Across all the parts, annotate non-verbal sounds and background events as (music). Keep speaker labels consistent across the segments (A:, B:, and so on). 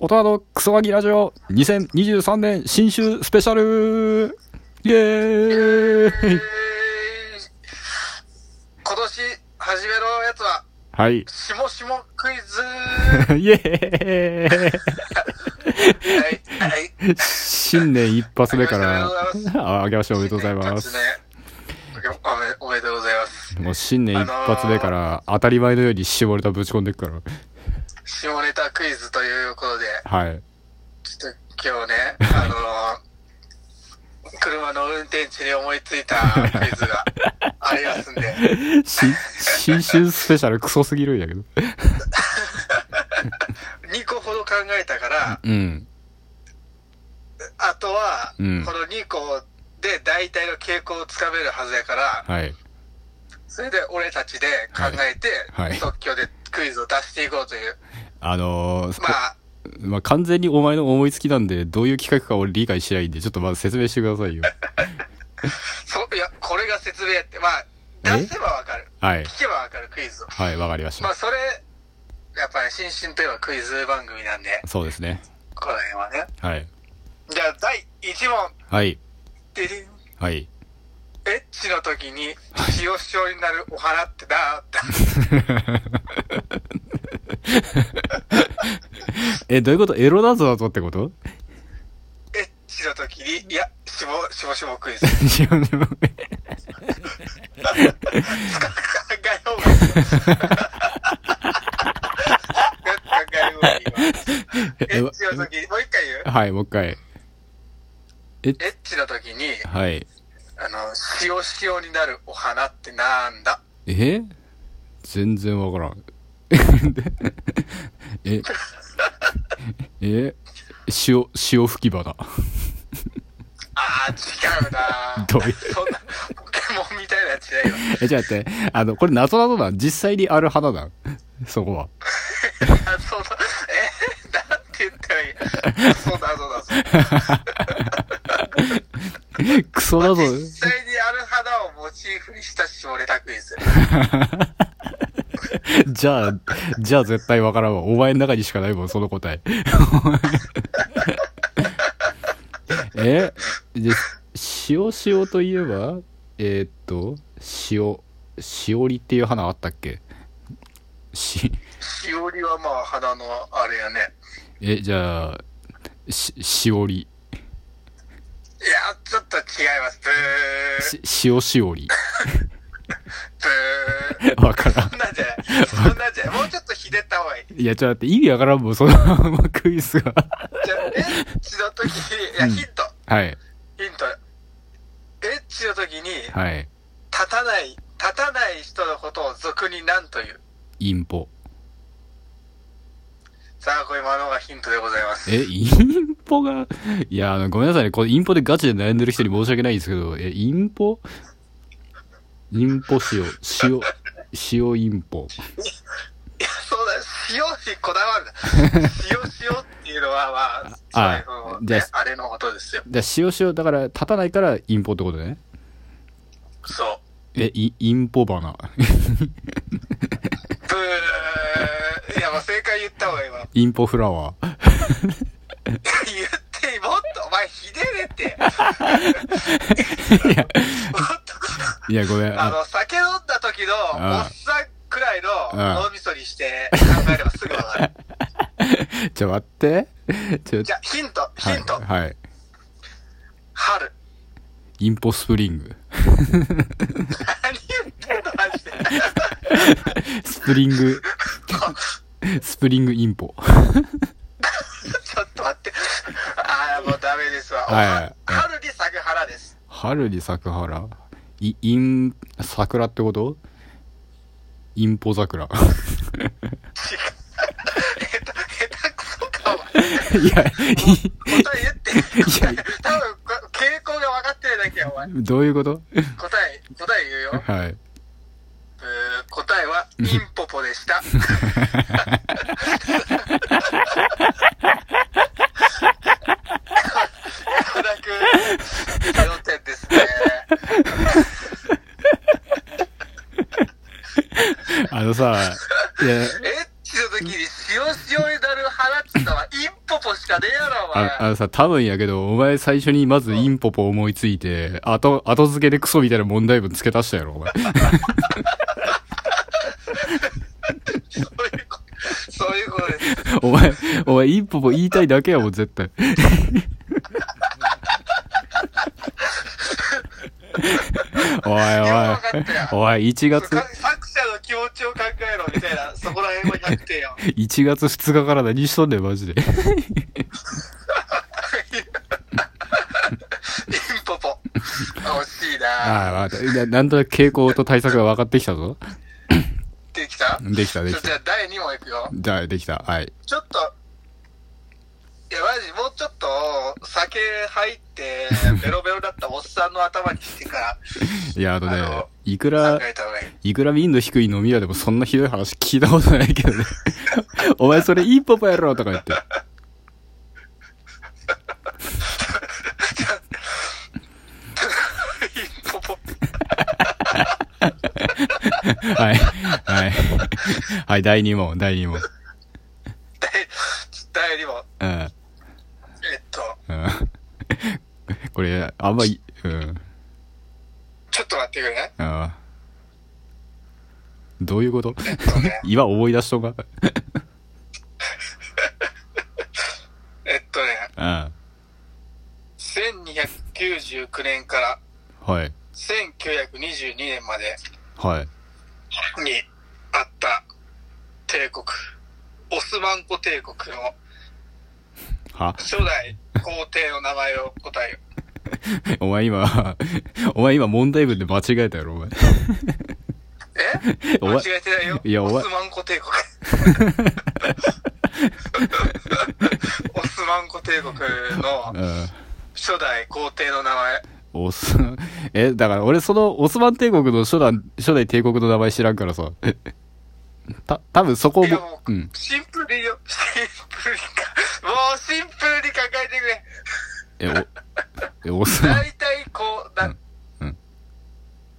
A: 大人のクソガキラジオ2023年新春スペシャルイエーイ
B: 今年始めのやつは、。
A: はい (laughs)
B: しもしもクイズ
A: イエー
B: はい、はい。
A: イ新年一発目から
B: ありがとうござい、
A: あ、あげましょうおめでとうございます。
B: 新年一発目おめおめでとうございます。
A: もう新年一発目から当たり前のように絞れたぶち込んでいくから。
B: 下ネタクイズということで、
A: はい。
B: ちょっと今日ね、あのー車の運転地に思いついたクイズがありますんで、
A: し新春スペシャルクソすぎるんやけど。
B: 2個ほど考えたから、
A: うん。
B: あとは、
A: う
B: この
A: ん
B: 2個で大体の傾向をつかめるはずやから、
A: はい。
B: それで俺たちで考えて、
A: はいはい
B: 即興でクイズを出していこうという。
A: あのー、
B: まあ、
A: まあ、完全にお前の思いつきなんで、どういう企画か俺理解しないんで、ちょっとまず説明してくださいよ。
B: そういや、これが説明やって、まあ、
A: え
B: 出せばわかる。
A: はい。
B: 聞けばわかるクイズを。
A: はい、わかりまし
B: ま
A: た
B: あ、。それ、やっぱり、新進といえばクイズ番組なんで、
A: そうですね。
B: この辺はね。
A: はい。
B: じゃあ、第1問。
A: はい。
B: ディディン
A: はい。
B: エッチの時に、使用症になるお花ってなーって。
A: え、どういうことエロダンスだぞってこと (laughs)
B: エッチの時に、いや、しぼ、しぼしぼクイズ。
A: 自分でも
B: 考えよう
A: (laughs)
B: がいい。考えようがいいわ。エ
A: え
B: ッチの時に、もう一回言う
A: はい、もう一回。
B: エッチの時に、
A: はい。
B: あの、塩塩になるお花ってなんだ
A: え全然わからん。 (laughs) え、え、塩、塩吹き花。 (laughs)
B: ああ、違う
A: (laughs)
B: な
A: どういう
B: そんな、ポケモンみたいなやつだよ。
A: え、じゃあ待って、あの、これ謎なのだ。実際にある花だ。そこは。 (laughs)
B: あそうだ、えなんて言ったらいいそうだ、そうだ、そうだ。
A: クソだぞ。
B: 実際にある花をモチーフにした下ネタクイズ。
A: じゃあ、じゃあ絶対わからんわ。お前の中にしかないもん、その答え。 (laughs) えで、塩塩といえば、えーっと、塩、しおりっていう花あったっけし、
B: しおりはまあ、花のあれやね。
A: え、じゃあ、し、しおり。
B: いや、ちょっと違います。ブー、
A: し、塩しおり。
B: ブー。
A: わからん
B: そん。なんじゃない。そんなんじゃない。もうちょっとひねった方がいい。
A: いや、ちょっと待って、意味わからんもん、そのクイズが。
B: じゃあ、エッチの時に、いや、
A: うん
B: ヒント。
A: はい、
B: ヒント。エッチの時に、
A: はい。
B: 立たない、立たない人のことを俗に何という。
A: インポ。
B: さあ、これ今のがヒントでございます。
A: え、インポが、いや、あの、ごめんなさいね。これインポでガチで悩んでる人に申し訳ないんですけど、え、インポインポ塩、塩、塩インポ。
B: いや、そうだ、塩にこだ
A: (laughs)
B: わるな。塩塩っていうのは、まあ、
A: あ
B: 最後の
A: じゃ
B: ね、あれのことですよ。
A: だ塩塩、だから、立たないからインポってことね。
B: そう。
A: え、イインポ花。
B: ブー。いや、まあ正解言った方がいいわ。
A: (laughs)
B: (laughs)
A: インポフラワー。
B: 言って、もっと、お前、ひでれ
A: (laughs)
B: って。 (laughs) もっと、
A: いや、ごめん。
B: あ
A: あ
B: の、酒飲んだ時の、
A: あ
B: おっさんくらいの
A: あ
B: 脳みそにして考えればすぐ
A: (laughs)
B: わかる。
A: ちょ、待って。ちょ、
B: じゃあ、ヒント、ヒ
A: はい
B: ント。
A: はい。
B: 春。
A: インポスプリング。
B: 何言ってんのマジで。 (laughs)
A: スプリング、スプリングインポ。
B: ちょっと待って。ああ、もうダメですわ。
A: はい
B: 春に咲く花です。
A: 春に咲く花い、イン、桜ってことインポ (laughs) 桜。
B: 違う。下手、下手くそかも。
A: いや、
B: 答え言って。
A: い
B: 多分、こ傾向が分かってるだけや、お前。
A: いどういうこと
B: 答え、答え言うよ。
A: はい。
B: えー答えは、インポポで
A: (laughs)
B: した。山田君、ゼロ点ですね。
A: あのさ、いや、
B: エッチの時に塩塩になる花っつうのは、インポポポしかねえやろ、お前
A: あ。あのさ、多分やけど、お前最初にまずインポポ思いついて、後、後付けでクソみたいな問題文付け足したやろ、お前。 (laughs)
B: そういうことそういうことです。
A: お前、お前インポポ言いたいだけやもん、絶
B: (laughs)
A: 対。おい
B: わかったよ
A: おい、おい、1月
B: か、作者の気持ちを考えろ、みたいな。そこら辺は100点よ。
A: 1月2日から何しとんねん、マジで。
B: インポポ。惜しいな
A: ああ、わかったななんとなく傾向と対策が分かってきたぞ。
B: できた
A: できた、で
B: ちょ
A: き
B: じゃ
A: た。
B: あ第2問いくよ。
A: じゃあ、できた。はい。
B: ちょっと、いや、マジ、もうちょっと、酒入って、ベロベロだったおっさんの頭にしてか
A: いや、あのね
B: あの、
A: いく
B: ら
A: ら
B: 考、えた方がいい。
A: いくら民度低い飲み屋でもそんなひどい話聞いたことないけどね。 (laughs) お前それいいパパやろとか言って。
B: インポポ。
A: はい。はい。はい、第2問、第2問。
B: 第第2問。
A: うん。
B: えっと、
A: うん。これ、あんまり、うん。
B: ちょっと待ってくれね。
A: ああ。どういうこと (laughs)
B: そうね
A: 今思い出しとんか
B: えっとね、
A: うん。は
B: 1299年から
A: い。
B: 1922年まで
A: はい。
B: にあった帝国、オスマンコ帝国の
A: は
B: 初代皇帝の名前を答えよ。
A: (laughs) お前今、お前今問題文で間違えたやろ、お前。
B: え
A: (laughs) お前
B: 間違えてないよ。
A: いやお前
B: オスマンコ
A: (laughs)
B: 帝国。オスマンコ帝国の
A: うん。
B: 初代皇帝の名前。
A: オス、え、だから俺そのオスマン帝国の初代、初代帝国の名前知らんからさ。 (laughs) た、多分そこ
B: いやも
A: も、う
B: う
A: ん。
B: シンプルによ。シンプルにか。もうシンプルに考えてくれ。
A: え、お、え、オスマン、
B: 大体こう、な、
A: うんうん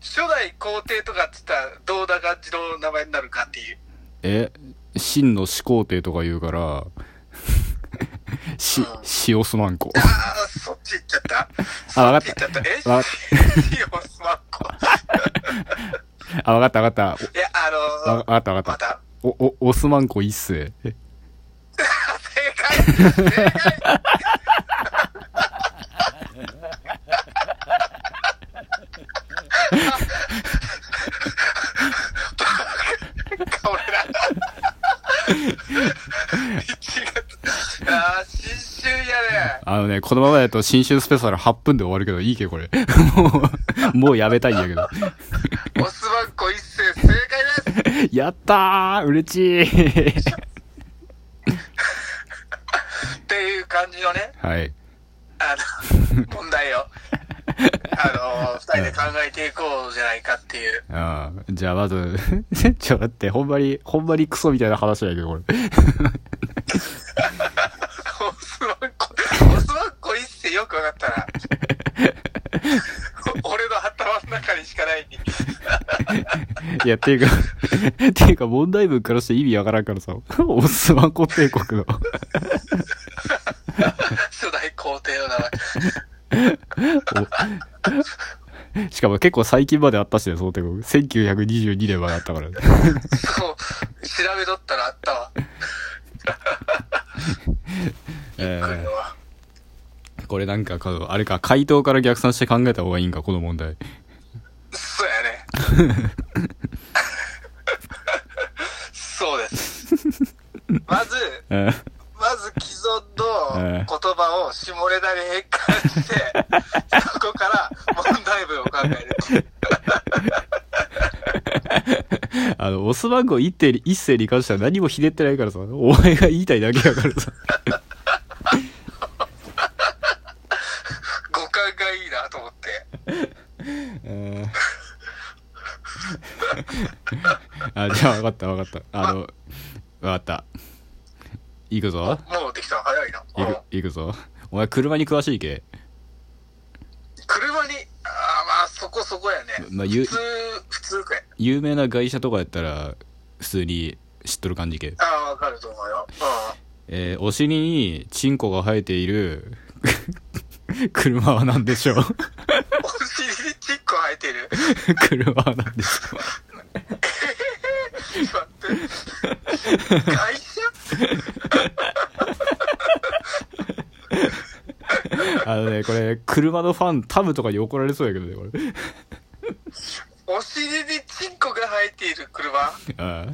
B: 初代皇帝とかっつったら、どうな感じの名前になるかっていう。
A: え、真の始皇帝とか言うから、し、しオスマンコ。
B: ああ、そっち行っちゃった。
A: あ、わ
B: そ
A: か
B: っ
A: っ
B: ち
A: た
B: 行っちゃ
A: わ
B: った。え (laughs)
A: かっ
B: シオスマンコ。
A: あ、わかったわかっ
B: いや、あ
A: た。わ
B: の
A: わかったわか
B: ま
A: った。
B: た。
A: お、お、オスマンコ一世。
B: 正解正解俺ら1月ああ新春やね
A: あのね、このままだと新州スペシャル8分で終わるけど、いいけ、これ。もう、もうやめたいんだけど。
B: オスマンコ一世正解で
A: (laughs)
B: す
A: やったー嬉しい
B: っていう感じのね、
A: (laughs) はい。
B: あの、問題を、あの、二人で考えていこうじゃないかっていう。
A: ああ、じゃあまず、 (laughs) ちょ、待って、ほんまに、ほんまにクソみたいな話だけど、これ。
B: オスマンコ、オスマンコ一世よくわかったな。 (laughs) 俺の頭の中にしかないに。
A: いや、っていうか、 (laughs) っていうか問題文からして意味わからんからさ、オスマンコ帝国の、
B: 初代皇帝の名前。
A: しかも結構最近まであったしね、その帝国。1922年まであったから、ね。
B: そう、調べとったらあったわ。
A: え
B: これは。
A: ーこれなんか、このあれか、回答から逆算して考えた方がいいんか、この問題。
B: そうやね。そうです。まず、
A: うん
B: まず既存の言葉を下ネタに変換して、そこから問題文を考える。
A: あの、オスマンコ一世に一世に関しては何もひねってないからさ、お前が言いたいだけだからさ。
B: 五感がいいなと思って。
A: えー (laughs) あ、じゃあ分かった分かった。あの、分かった。行くぞ。
B: もうできたの早いな。
A: 行く、行くぞ。お前車に詳しいけ。
B: 車に、ああまあそこそこやね。
A: まあゆ
B: 普通、普通かい。
A: 有名な外車とかやったら、普通に知っとる感じけ。
B: ああ、わかると思うよ。うん。
A: えーお尻にチンコが生えている (laughs) 車は何でしょう (laughs)
B: (laughs) お尻にチンコ生えてる。 (laughs)
A: 車は何でしょう
B: 待って。会社
A: あのね、これ、車のファン、タムとかに怒られそうやけどね、これ。
B: お尻にチンコが生えている車
A: ああ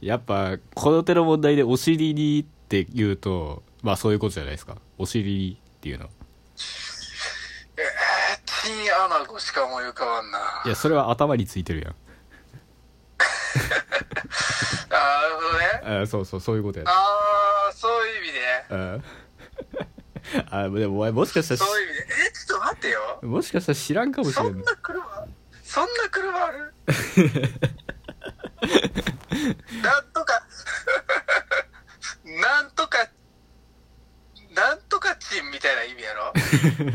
A: やっぱ、この手の問題でお尻にって言うと、まあそういうことじゃないですか。お尻にっていうのは。
B: えー、チンアナゴしか思い浮かばんない
A: や、それは頭についてるやん。
B: あーなるほどね
A: ああそうそう、そういうことや。あ
B: あーそういう意味ね
A: あ (laughs) ああでもお前もしかしたら
B: そういう意味ねえちょっと待ってよ
A: し、もしかしたら知らんかもし
B: そ
A: れ
B: ん
A: ない
B: な。車そんな車あ
A: (laughs)
B: るなんとかなんとかなんとかチンみたいな意味や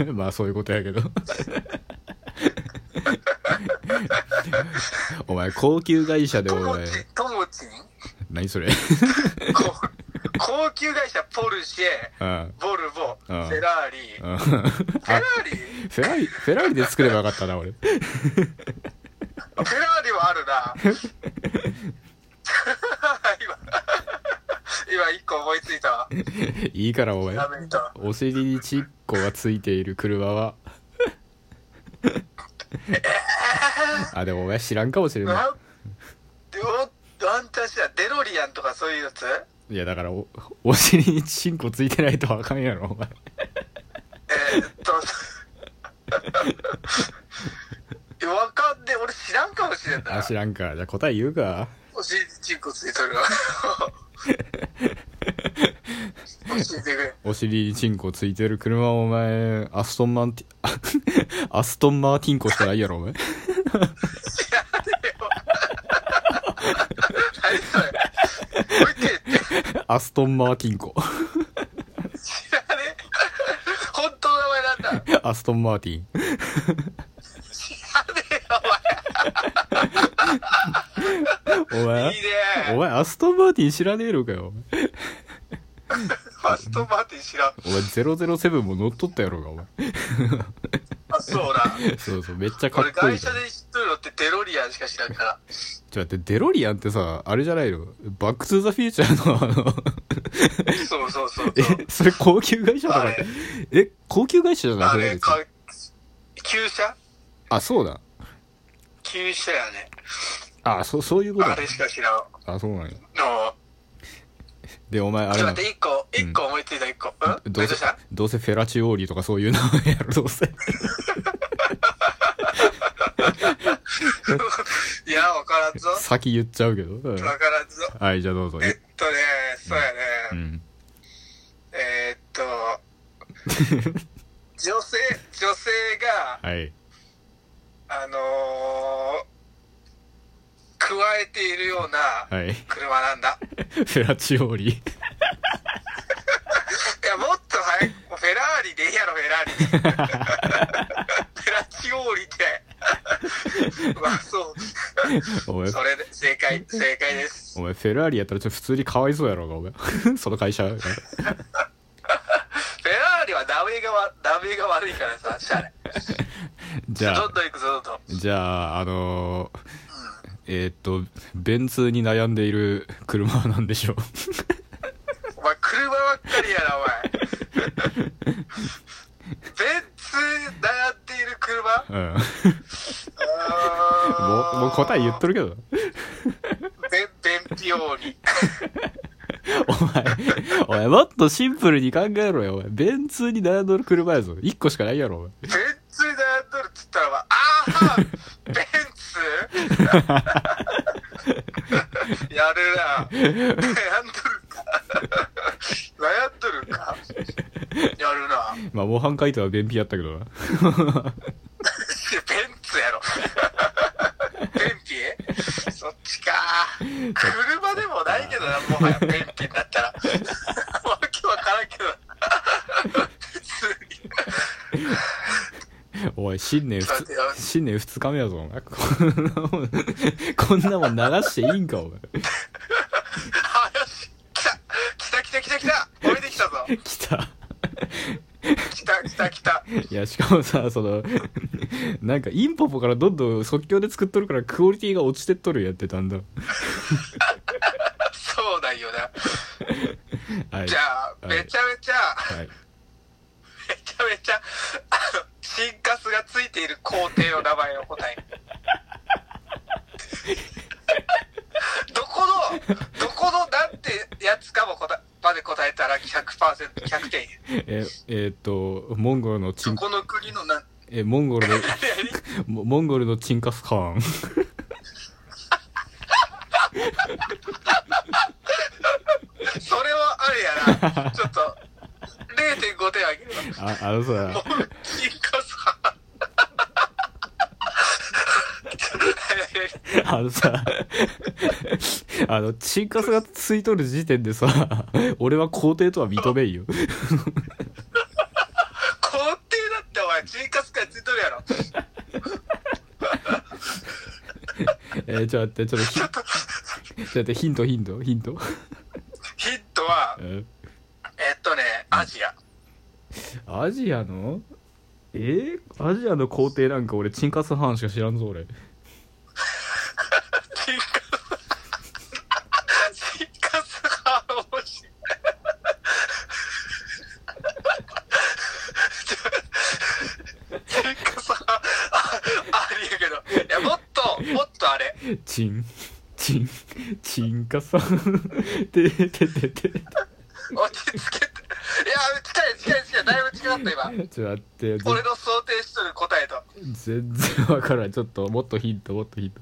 B: ろ
A: (laughs) まあそういうことやけどお前高級会社で
B: と
A: お
B: も
A: 前
B: ちんともちん
A: 何それ
B: こ高級会社ポルシェ
A: あ
B: ボルボフ
A: うん
B: ェラーリ
A: あ
B: フ
A: あ
B: ェラ
A: フ
B: ーリ
A: ェラーリフェラーリで作ればよかったな俺
B: フェラーリはあ
A: (laughs)
B: るな (laughs) 今今一個思いついたわ
A: いいからお前
B: やめた
A: お尻にチッコがついている車はあでもお前知らんかもしれな
B: なんでおワンチャンしたデロリアンとかそういうやつ
A: いいやだからおお尻にチンコついてないとあかんやろお前
B: えー、っとわかんねえ俺知らんかもしれん
A: あ
B: な
A: 知らんかじゃあ答え言うか
B: お尻にチンコついと
A: (laughs)
B: るわ教えてくれ
A: お尻にチンコついてる車はお前、アストンマン (laughs) ティ、アストンマーティンコしかないやろ、お前。
B: 知らねえよ何それもう一回言って
A: アストンマーティンコ。
B: 知らねえ本当の名前なんだ
A: アストンマーティン。
B: 知らねえよ
A: お
B: お前
A: 前
B: いい、
A: お
B: ね
A: 前、アストンマーティン知らねえのかよ。
B: ファストマーティン知らん
A: お前、007も乗っとったやろが、お前。
B: あそうだ
A: そうそう、めっちゃかっ
B: 俺
A: こいい
B: 会
A: じゃ
B: 社
A: ん。ちょ
B: で知っとるのってデロリアンしか知らんから
A: っと待って、デロリアンってさ、あれじゃないのバックトゥーザフューチャーのあの、
B: そうそうそう
A: え
B: そう、
A: (laughs) それ高級会社だか
B: あ
A: ら
B: れ、
A: え、高級会社じゃない
B: あ
A: それ
B: れか旧車
A: あ、そうだ。
B: 旧車やね
A: あ、そう、そういうことだ
B: あれ。しか知らんの
A: あ、そうなんや。
B: ちょ
A: で、お前、あ
B: っ
A: れ
B: と
A: な
B: 待
A: の
B: って一個一個思いついた一個うん
A: ど
B: どう
A: うせ (laughs)
B: した、
A: どうせフェラチオーリとかそういう名前 (laughs) やろ、どうせ。
B: いやわからんぞわ
A: 先言っちゃうけど。うん
B: からんぞ
A: はい、じゃあどうぞ。
B: えっとねそうやね、
A: うん。
B: えーっと
A: (laughs)
B: 女性女性が
A: はい。
B: あの
A: (laughs)
B: ー、加えているような
A: はい。 (laughs)
B: 車なんだ
A: フェラチオーリ。
B: いや、もっと早く、もうフェラーリでいいやろ、フェラ
A: (laughs)
B: ーリで。フェラチオーリって。 (laughs) まあ、そう。
A: お前
B: そ、れで、正解、正解です。
A: お前フェラーリやったらちょっと普通にかわいそうやろが、お前。 (laughs) その会社。
B: フェラーリはダメがわ、ダメが悪いからさ、シャレ。
A: じゃ
B: ど
A: あ
B: ん、どん行くぞ、どんどん。
A: じゃあ、あのー、えーっと、便通に悩んでいる車は何でしょう (laughs)
B: お前、車ばっかりやな、お前。ベン
A: (laughs)
B: ツ悩んでいる車あ
A: うん。
B: ー
A: もう、もう答え言っとるけど。
B: ベン、ベンピオーリ。
A: お前、お前もっとシンプルに考えろよ、お前。便通に悩んでる車やぞ。一個しかないやろ、お前。
B: ベンツで悩んどるっつったらば、ああベンツ (laughs) やるな悩んどるか悩んどるかやるな
A: まあ、模範解答は便秘やったけどな。 (laughs)
B: ベンツやろ便秘そっちか車でもないけどなもはや便秘になったらわけわからんけど普通に
A: おい、新年ふ
B: そう
A: つ
B: だよ、
A: 新年二日目やぞ、お前。こんなもん、こんなもん流していいんか、お前。
B: あよし来た来た来た来た来たおいた来た来た。
A: (laughs) いや、しかもさ、その、 (laughs) なんか、インポポからどんどん即興で作っとるから、クオリティが落ちてっとるやってたんだ。
B: そうだよな。
A: はい。
B: じゃあ、
A: はい
B: めちゃめちゃ、
A: はい。
B: めちゃめちゃ、あの、新カスがついている工程の名前を答え。 (laughs) どこの、どこのなんてやつかも答え、まで答えたら100%、100点。
A: え、えーっと、モンゴルのチ
B: ど
A: ン、
B: この国のなん、
A: え、モンゴルの、モモンゴルのチンカスカーン。
B: それはあれやな。ちょっと、0.5点あげる
A: (laughs)
B: わ。
A: あ、あのさ、
B: もう、新カスは。 (laughs)
A: あのさ、あの、チンカスがついとる時点でさ、俺は皇帝とは認めんよ。
B: 皇帝だってお前、チンカスからついとるやろ。 (laughs)
A: えー、ちょっと待って、ちょっとひ、ちょっと待って、ヒント、ヒント、ヒント。
B: ヒントは
A: う、ん
B: えっとね、アジア。
A: アジアのえー、アジアの皇帝なんか俺チンカスハーンしか知らんぞ俺
B: チンカス。チンカスが面白い。チンカスは、あ、ありやけど。いや、もっと、もっとあれ。
A: チンチンチンカスハーン (laughs) ててててて
B: 落ち着けて。いや、近い近い近い。だいぶ近かった今。
A: ちょっと待ってよ
B: 俺の想定しとる答えと。
A: ぜ全然わからんちょっともっとヒントもっとヒント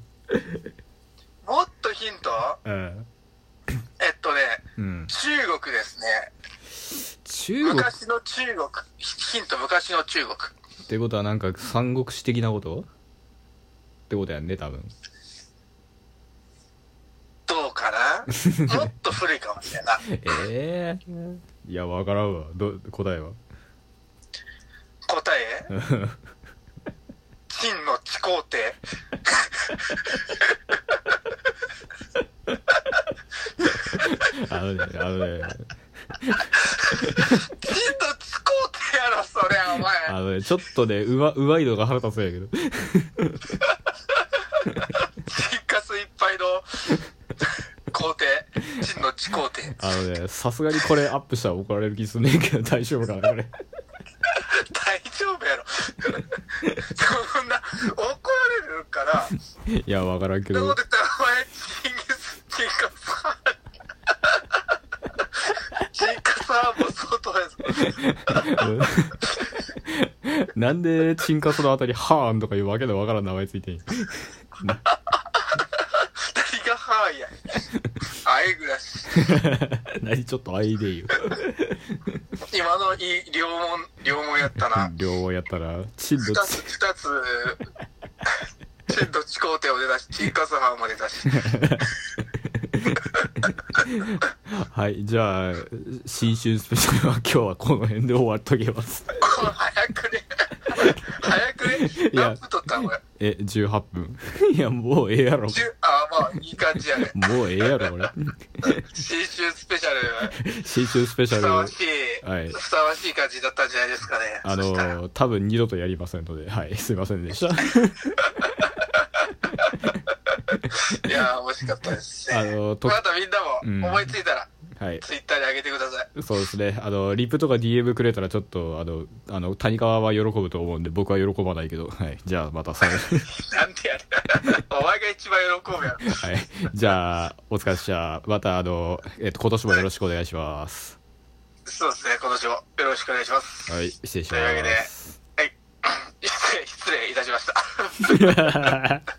B: もっとヒント
A: うん、
B: えっとね、
A: うん、
B: 中国ですね。
A: 中国っ
B: 昔の中国。ヒント、昔の中国。
A: てことはなんか三国志的なことってことやんね多分
B: どう
A: (laughs)
B: かなもっと古いかもしれんない。
A: ええいやわからんわど答えは (laughs)
B: 答え秦の始皇帝。
A: あのねあのね
B: 秦の始皇帝やろ、そりゃ、お前。
A: あのねちょっとねうまうまいのが腹立つんやけど
B: 秦カスいっぱいの (laughs) 皇帝。秦の始皇帝。
A: あのね、さすがにこれアップしたら怒られる気すんねんけど、大丈夫かな、これ。 (laughs)
B: 大丈夫やろ。そんな、怒られるから。
A: いや、わからんけ
B: そんな
A: ど (laughs)
B: こと、言ったら、お前、チンギス、チンカスハ
A: (laughs)
B: ーン。チンカスハーンも相当です。
A: なんで、チンカスのあたり、ハーンとかいうわけのわからん名前ついてん (laughs)
B: 誰がハーンや。あえぐらし。
A: 何ちょっとアイデイよ。
B: 今のいい両門、両門やったな。
A: 両方やったら、チンの
B: 二つ、二つ、チンとチコーテを出だし、チンカスハーも出だし。
A: はい、じゃあ、新春スペシャルは今日はこの辺で終わっとけます。
B: 早くね。早くね。
A: いや
B: 何分取ったのこれ。
A: え、18分。 (laughs) いや、もうええやろ。
B: 十ああ、まあ、いい感じやね。
A: もうええやろ、これ。
B: 新春スペシャル、
A: 新春スペシ
B: ふさ
A: ャ
B: わ
A: ル
B: し、い、
A: はい
B: ふさわしい感じだったんじゃないですかね。
A: あ
B: そしたら
A: の、多分二度とやりませんので、はい、すいませんでした。
B: いやー、惜しかったですね。
A: あのと
B: またみんなも思いついたら、
A: はい。
B: ツイッターに上げてください。
A: そうですね。あの、リップとか DM くれたらちょっと、あの、あの、谷川は喜ぶと思うんで、僕は喜ばないけど、はい。じゃあ、またさよ
B: なんでやるお前が一番喜ぶやろ。
A: はい。じゃあ、お疲れっした。また、あの、えっと、今年もよろしくお願いします。
B: そうですね、今年もよろしくお願いします。
A: はい。失礼し
B: というわけで
A: ます。 (laughs)
B: はい。失礼、失礼いたしました。